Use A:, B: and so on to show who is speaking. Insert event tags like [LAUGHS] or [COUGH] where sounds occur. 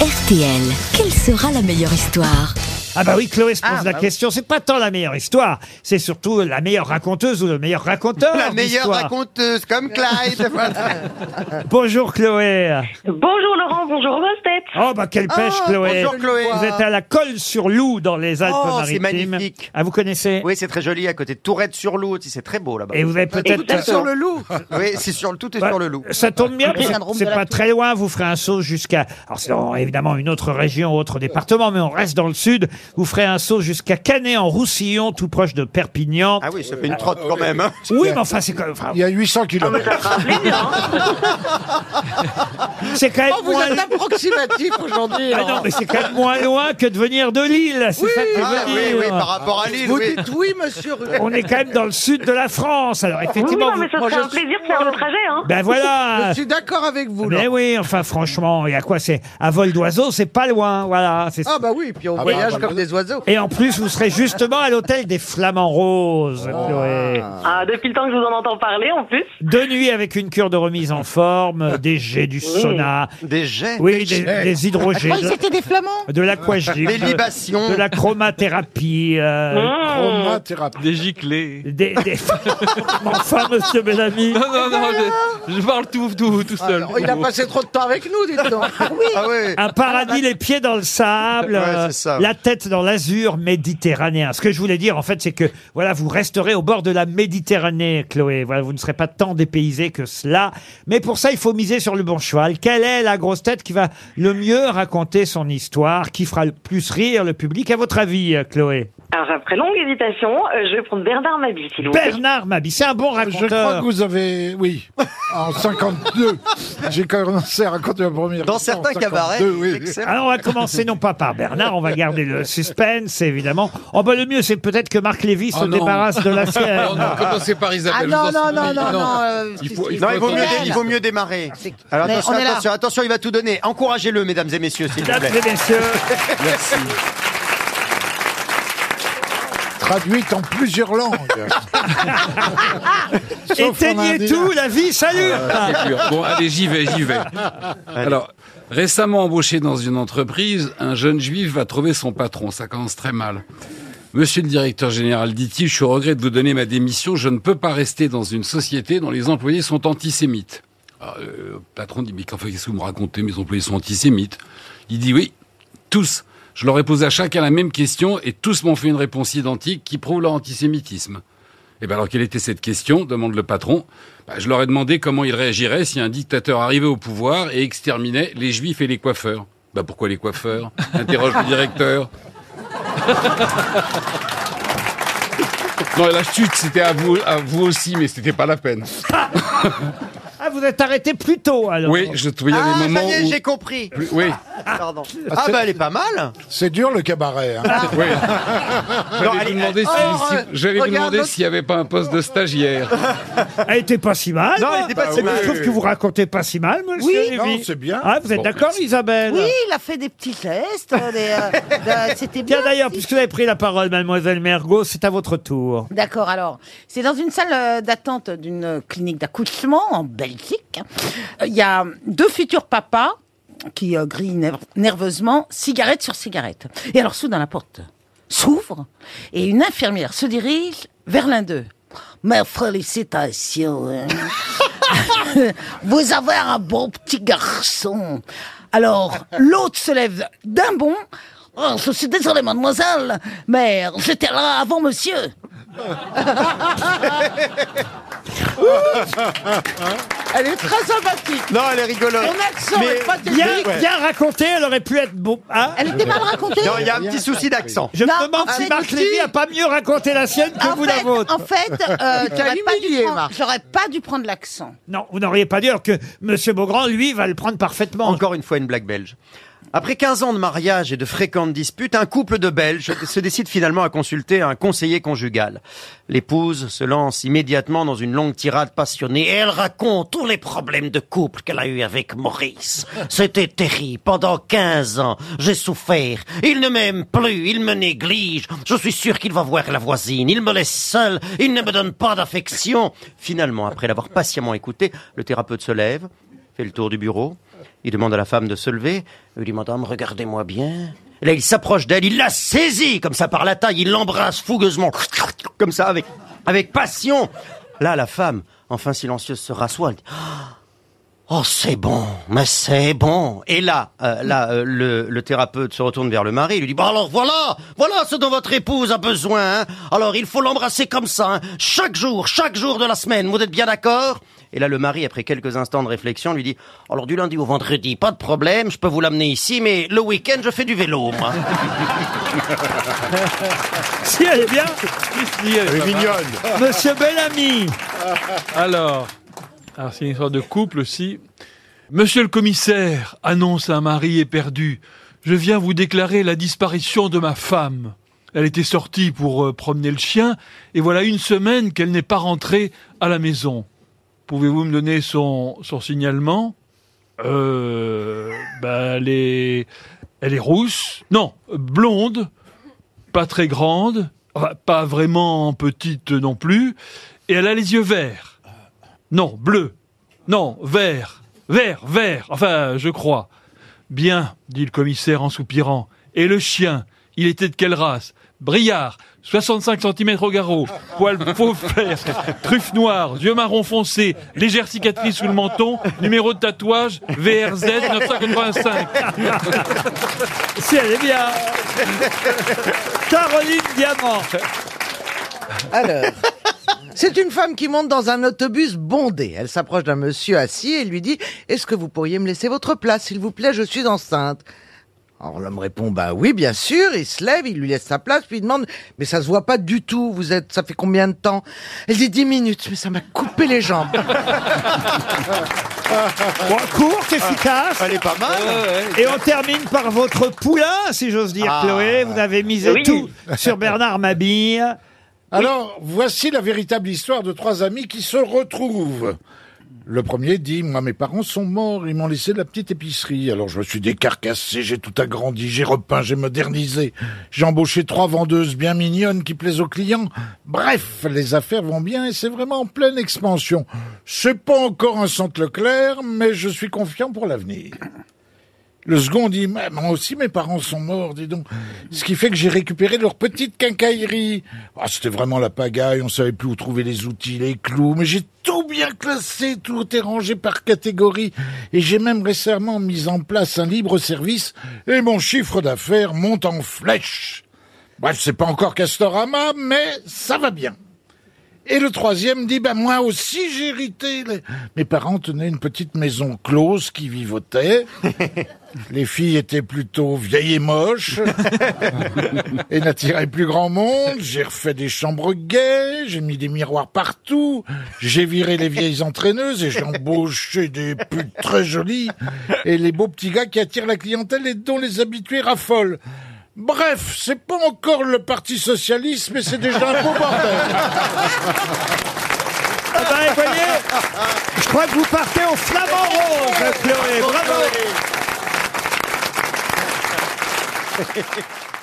A: RTL, quelle sera la meilleure histoire
B: Ah bah oui, Chloé se pose
C: Ah,
B: la
C: bah oui.
B: question. C'est pas tant la meilleure histoire, c'est surtout la meilleure raconteuse ou le meilleur raconteur.
C: [LAUGHS] La meilleure
B: d'histoire.
C: raconteuse, comme Clyde.
B: Bonjour Chloé.
D: Bonjour Laurent, bonjour Rosette.
B: Oh bah quelle pêche Chloé.
C: bonjour, Chloé. Oh,
B: Vous êtes à la colle sur loup dans les
C: c'est
B: Alpes-Maritimes.
C: magnifique.
B: Ah vous connaissez
C: oui, c'est très joli, à côté de Tourette-sur-Loup aussi, c'est très beau là-bas.
B: Et vous avez
D: Tout à
B: peut-être.
D: fait.
C: le loup Oui, c'est sur le tout est
B: Bah,
C: sur le loup.
B: Ça tombe bien, parce que
E: syndrome
B: c'est
E: de la
B: pas très loin. Vous ferez un saut jusqu'à. Alors, c'est en- évidemment une autre région, autre département, mais on reste dans le sud. Vous ferez un saut jusqu'à Canet en Roussillon, tout proche de Perpignan.
C: Ah oui, ça fait une trotte quand même. hein.
B: oui, mais enfin, c'est quand, enfin,
F: Il y a 800 km.
B: [LAUGHS] c'est quand même
F: Oh,
B: moins.
E: Oh, approximatif aujourd'hui.
B: Ah non, mais c'est quand même moins loin que de venir de Lille. C'est ça que je veux
C: Ah oui,
B: dire. euh,
C: oui, par rapport à Lille, oui.
E: oui, monsieur.
B: On est quand même dans le sud de la France. Alors,
D: Oui,
B: effectivement.
D: non, mais
B: vous-
D: ça serait un plaisir de faire le trajet. Hein.
B: Ben voilà.
E: suis d'accord avec vous.
B: Mais oui, enfin, franchement, il y a quoi C'est à vol d'oiseau, c'est pas loin. Voilà, c'est
E: bah oui, puis on
C: voyage
E: comme des oiseaux.
B: Et en plus, vous serez justement à l'hôtel des Flamands Roses, Chloé.
D: Ah, depuis le temps que je vous en entends parler en plus.
B: Deux nuits avec une cure de remise en forme, des jets du sauna,
C: Des jets,
B: oui, des, des hydrogés,
E: Oui,
B: de,
E: c'était des flamands.
B: de l'aquagym,
C: des
B: de,
C: libations.
B: de la chromathérapie, euh,
D: Mmh.
F: Chromathérapie.
G: Des giclées.
B: des... des- [LAUGHS] enfin, monsieur Bellamy,
G: Non, non, non, je, je parle tout, tout, tout
H: bah,
G: seul.
E: Ah, il a passé trop de temps avec nous, dites donc. oui.
C: Ah oui.
B: un paradis les pieds dans le sable,
C: Ouais,
B: euh,
C: c'est ça.
B: la tête dans l'azur méditerranéen. Ce que je voulais dire, en fait, c'est que voilà, vous resterez au bord de la Méditerranée, Chloé. Voilà, vous ne serez pas tant dépaysé que cela. Mais pour ça, il faut miser sur le bon cheval. Quelle est la grosse tête qui va le mieux raconter son histoire, qui fera le plus rire le public, à votre avis, euh, Chloé
D: Alors après longue hésitation, euh, je vais prendre Bernard Mabille, s'il vous plaît.
B: Bernard Mabi, c'est un bon
F: Je crois
B: raconteur.
F: que vous avez. Oui. En 52, j'ai commencé à raconter ma première.
C: Dans
F: histoire en
C: certains
F: 52,
C: cabarets,
F: oui.
C: excellent.
B: Alors on va commencer non pas par Bernard, on va garder le suspense évidemment. Oh bah le mieux c'est peut-être que Marc Lévy se
I: Oh non.
B: débarrasse de la sienne.
I: Non, non, commencez par
E: Ah
I: Isabelle.
E: non,
I: vous en
E: non, non,
I: souvenez.
E: non, euh, non.
I: Il
F: Ah,
I: faut- il
C: Non, il vaut, mieux,
I: Attends,
C: dé- il vaut mieux démarrer. Alors
E: On est-
C: attention,
E: on est là.
C: attention, attention, il va tout donner. Encouragez-le, mesdames et messieurs, s'il vous
B: Mesdames
C: plaît.
B: et messieurs,
I: Merci.
F: Traduite en plusieurs langues. Sauf en
B: éteignez
F: indien.
B: tout, la vie s'allume
G: Ah, C'est dur. Bon, allez, j'y vais, j'y vais. Alors, récemment embauché dans une entreprise, un jeune juif va trouver son patron. Ça commence très mal. Monsieur le directeur général, dit-il, je suis au regret de vous donner ma démission. Je ne peux pas rester dans une société dont les employés sont antisémites. Alors, euh, le patron dit, mais qu'en- qu'est-ce que vous me racontez Mes employés sont antisémites. Il dit, oui, tous. Je leur ai posé à chacun la même question et tous m'ont fait une réponse identique qui prouve leur antisémitisme. Et bien Eh ben, alors, quelle était cette question demande le patron. Bah, je leur ai demandé comment ils réagiraient si un dictateur arrivait au pouvoir et exterminait les juifs et les coiffeurs. Bah pourquoi les coiffeurs Interroge le directeur. Non, et la chute, c'était à vous, à vous aussi, mais c'était pas la peine.
B: Ah, vous êtes arrêté plus tôt, alors.
G: Oui, je trouvais il y a
C: Ah,
G: des
C: ça
G: moments
C: y est,
G: où...
C: j'ai compris.
G: Oui,
C: Pardon. Ah bah elle est pas mal. Ah.
F: C'est dur le cabaret. hein.
C: [LAUGHS]
G: oui. J'allais vous demander si-
E: Or,
G: si-
E: euh,
G: j'allais vous
E: regarde
G: demander
E: l'autre-
G: s'il n'y avait pas un poste de stagiaire.
B: Elle était pas si mal.
C: Non, elle était pas
B: Bah
C: si
B: oui,
C: mal.
B: Je trouve que vous racontez pas si mal, monsieur
E: Oui.
B: Lévy.
F: Non, c'est bien.
B: Ah, vous êtes
G: Bon,
B: d'accord, Isabelle
E: Oui, il a fait des petits gestes. euh, des, euh, de- C'était bien.
B: Tiens, d'ailleurs, puisque vous avez pris la parole, mademoiselle Mergot, c'est à votre tour.
E: D'accord, alors, c'est dans une salle euh, d'attente d'une euh, clinique d'accouchement en Belgique. Euh, Il y a deux futurs papas qui euh, grillent ner- nerveusement cigarette sur cigarette. Et alors, soudain, la porte s'ouvre et une infirmière se dirige vers l'un d'eux. Mais félicitations, hein. vous avez un bon petit garçon. Alors, l'autre se lève d'un bond. Oh, je suis désolé, mademoiselle, mais j'étais là avant monsieur. Elle est très sympathique.
C: Non, elle est rigolote.
E: Son accent
C: Mais-
E: est pas terrible.
B: Bien,
C: Ouais.
B: bien raconté, elle aurait pu être bon. hein
E: Elle était mal racontée.
C: Non, il y a un petit souci d'accent.
B: je
E: Non,
B: me demande
E: en
B: si
E: fait,
B: Marc
E: si.
B: Lévy a pas mieux raconté la sienne que
E: En
B: vous la
E: fait,
B: vôtre.
E: en fait, euh, j'aurais pas dû
C: humilié,
E: prendre-
C: Marc.
E: j'aurais pas dû prendre l'accent.
B: Non, vous n'auriez pas dit alors que monsieur Beaugrand, lui, va le prendre parfaitement.
C: Encore une fois, une blague belge. Après 15 ans de mariage et de fréquentes disputes, un couple de Belges se décide finalement à consulter un conseiller conjugal. L'épouse se lance immédiatement dans une longue tirade passionnée et elle raconte tous les problèmes de couple qu'elle a eu avec Maurice. C'était terrible. Pendant 15 ans, j'ai souffert. Il ne m'aime plus. Il me néglige. Je suis sûr qu'il va voir la voisine. Il me laisse seul. Il ne me donne pas d'affection. Finalement, après l'avoir patiemment écouté, le thérapeute se lève, fait le tour du bureau Il demande à la femme de se lever. Il dit, madame, regardez-moi bien. Et là, il s'approche d'elle, il la saisit comme ça par la taille, il l'embrasse fougueusement, comme ça, avec, avec passion. Là, la femme, enfin silencieuse, se rassoit. Elle dit, Oh, c'est bon, mais c'est bon. Et là, euh, là, euh, le, le thérapeute se retourne vers le mari, il lui dit, bah alors voilà, voilà ce dont votre épouse a besoin. hein. Alors il faut l'embrasser comme ça, hein, chaque jour, chaque jour de la semaine. Vous êtes bien d'accord Et là, le mari, après quelques instants de réflexion, lui dit, alors du lundi au vendredi, pas de problème, je peux vous l'amener ici, mais le week-end, je fais du vélo. Moi.
B: Si elle est bien. Monsieur Bellamy.
H: Alors, alors c'est une histoire de couple aussi. Monsieur le commissaire, annonce un mari éperdu. Je viens vous déclarer la disparition de ma femme. Elle était sortie pour euh, promener le chien et voilà une semaine qu'elle n'est pas rentrée à la maison. Pouvez-vous me donner son, son signalement Euh, bah, elle est, elle est rousse. Non, blonde pas très grande, enfin, pas vraiment petite non plus, et elle a les yeux verts. Non, bleus. Non, verts. Verts, verts. Enfin, je crois. Bien, dit le commissaire en soupirant. Et le chien, il était de quelle race Brillard, 65 cm au garrot, poil faux fer, truffe noire, yeux marron foncé, légère cicatrice sous le menton, numéro de tatouage VRZ 985.
B: Si elle est bien. Caroline Diamant.
J: Alors, [LAUGHS] c'est une femme qui monte dans un autobus bondé. Elle s'approche d'un monsieur assis et lui dit Est-ce que vous pourriez me laisser votre place, s'il vous plaît Je suis enceinte. Alors l'homme répond Bah oui, bien sûr. Il se lève, il lui laisse sa place, puis il demande Mais ça se voit pas du tout. Vous êtes, ça fait combien de temps Elle dit Dix minutes, mais ça m'a coupé les jambes.
B: Bon, courte, efficace.
C: Elle est pas mal. hein.
B: Et on termine par votre poulain, si j'ose dire,
C: Ah.
B: Chloé. Vous avez misé
D: Oui.
B: tout sur Bernard Mabille.
F: Alors, voici la véritable histoire de trois amis qui se retrouvent. Le premier dit, moi, mes parents sont morts, ils m'ont laissé de la petite épicerie. Alors, je me suis décarcassé, j'ai tout agrandi, j'ai repeint, j'ai modernisé. J'ai embauché trois vendeuses bien mignonnes qui plaisent aux clients. Bref, les affaires vont bien et c'est vraiment en pleine expansion. C'est pas encore un centre Leclerc, mais je suis confiant pour l'avenir. Le second dit, Mais moi aussi mes parents sont morts, dis donc. Ce qui fait que j'ai récupéré leur petite quincaillerie. Ah, C'était vraiment la pagaille, on savait plus où trouver les outils, les clous, mais j'ai tout bien classé, tout était rangé par catégorie. Et j'ai même récemment mis en place un libre service et mon chiffre d'affaires monte en flèche. Bref, c'est pas encore Castorama, mais ça va bien. Et le troisième dit, ben moi aussi j'ai hérité. Les- Mes parents tenaient une petite maison close qui vivotait. Les filles étaient plutôt vieilles et moches et n'attiraient plus grand monde. J'ai refait des chambres gays, j'ai mis des miroirs partout, j'ai viré les vieilles entraîneuses et j'ai embauché des putes très jolies et les beaux petits gars qui attirent la clientèle et dont les habitués raffolent. Bref, c'est pas encore le parti socialiste, mais c'est déjà un beau bordel.
B: Ah bah, vous voyez, je crois que vous partez au flamand rose, Chloé. Bravo.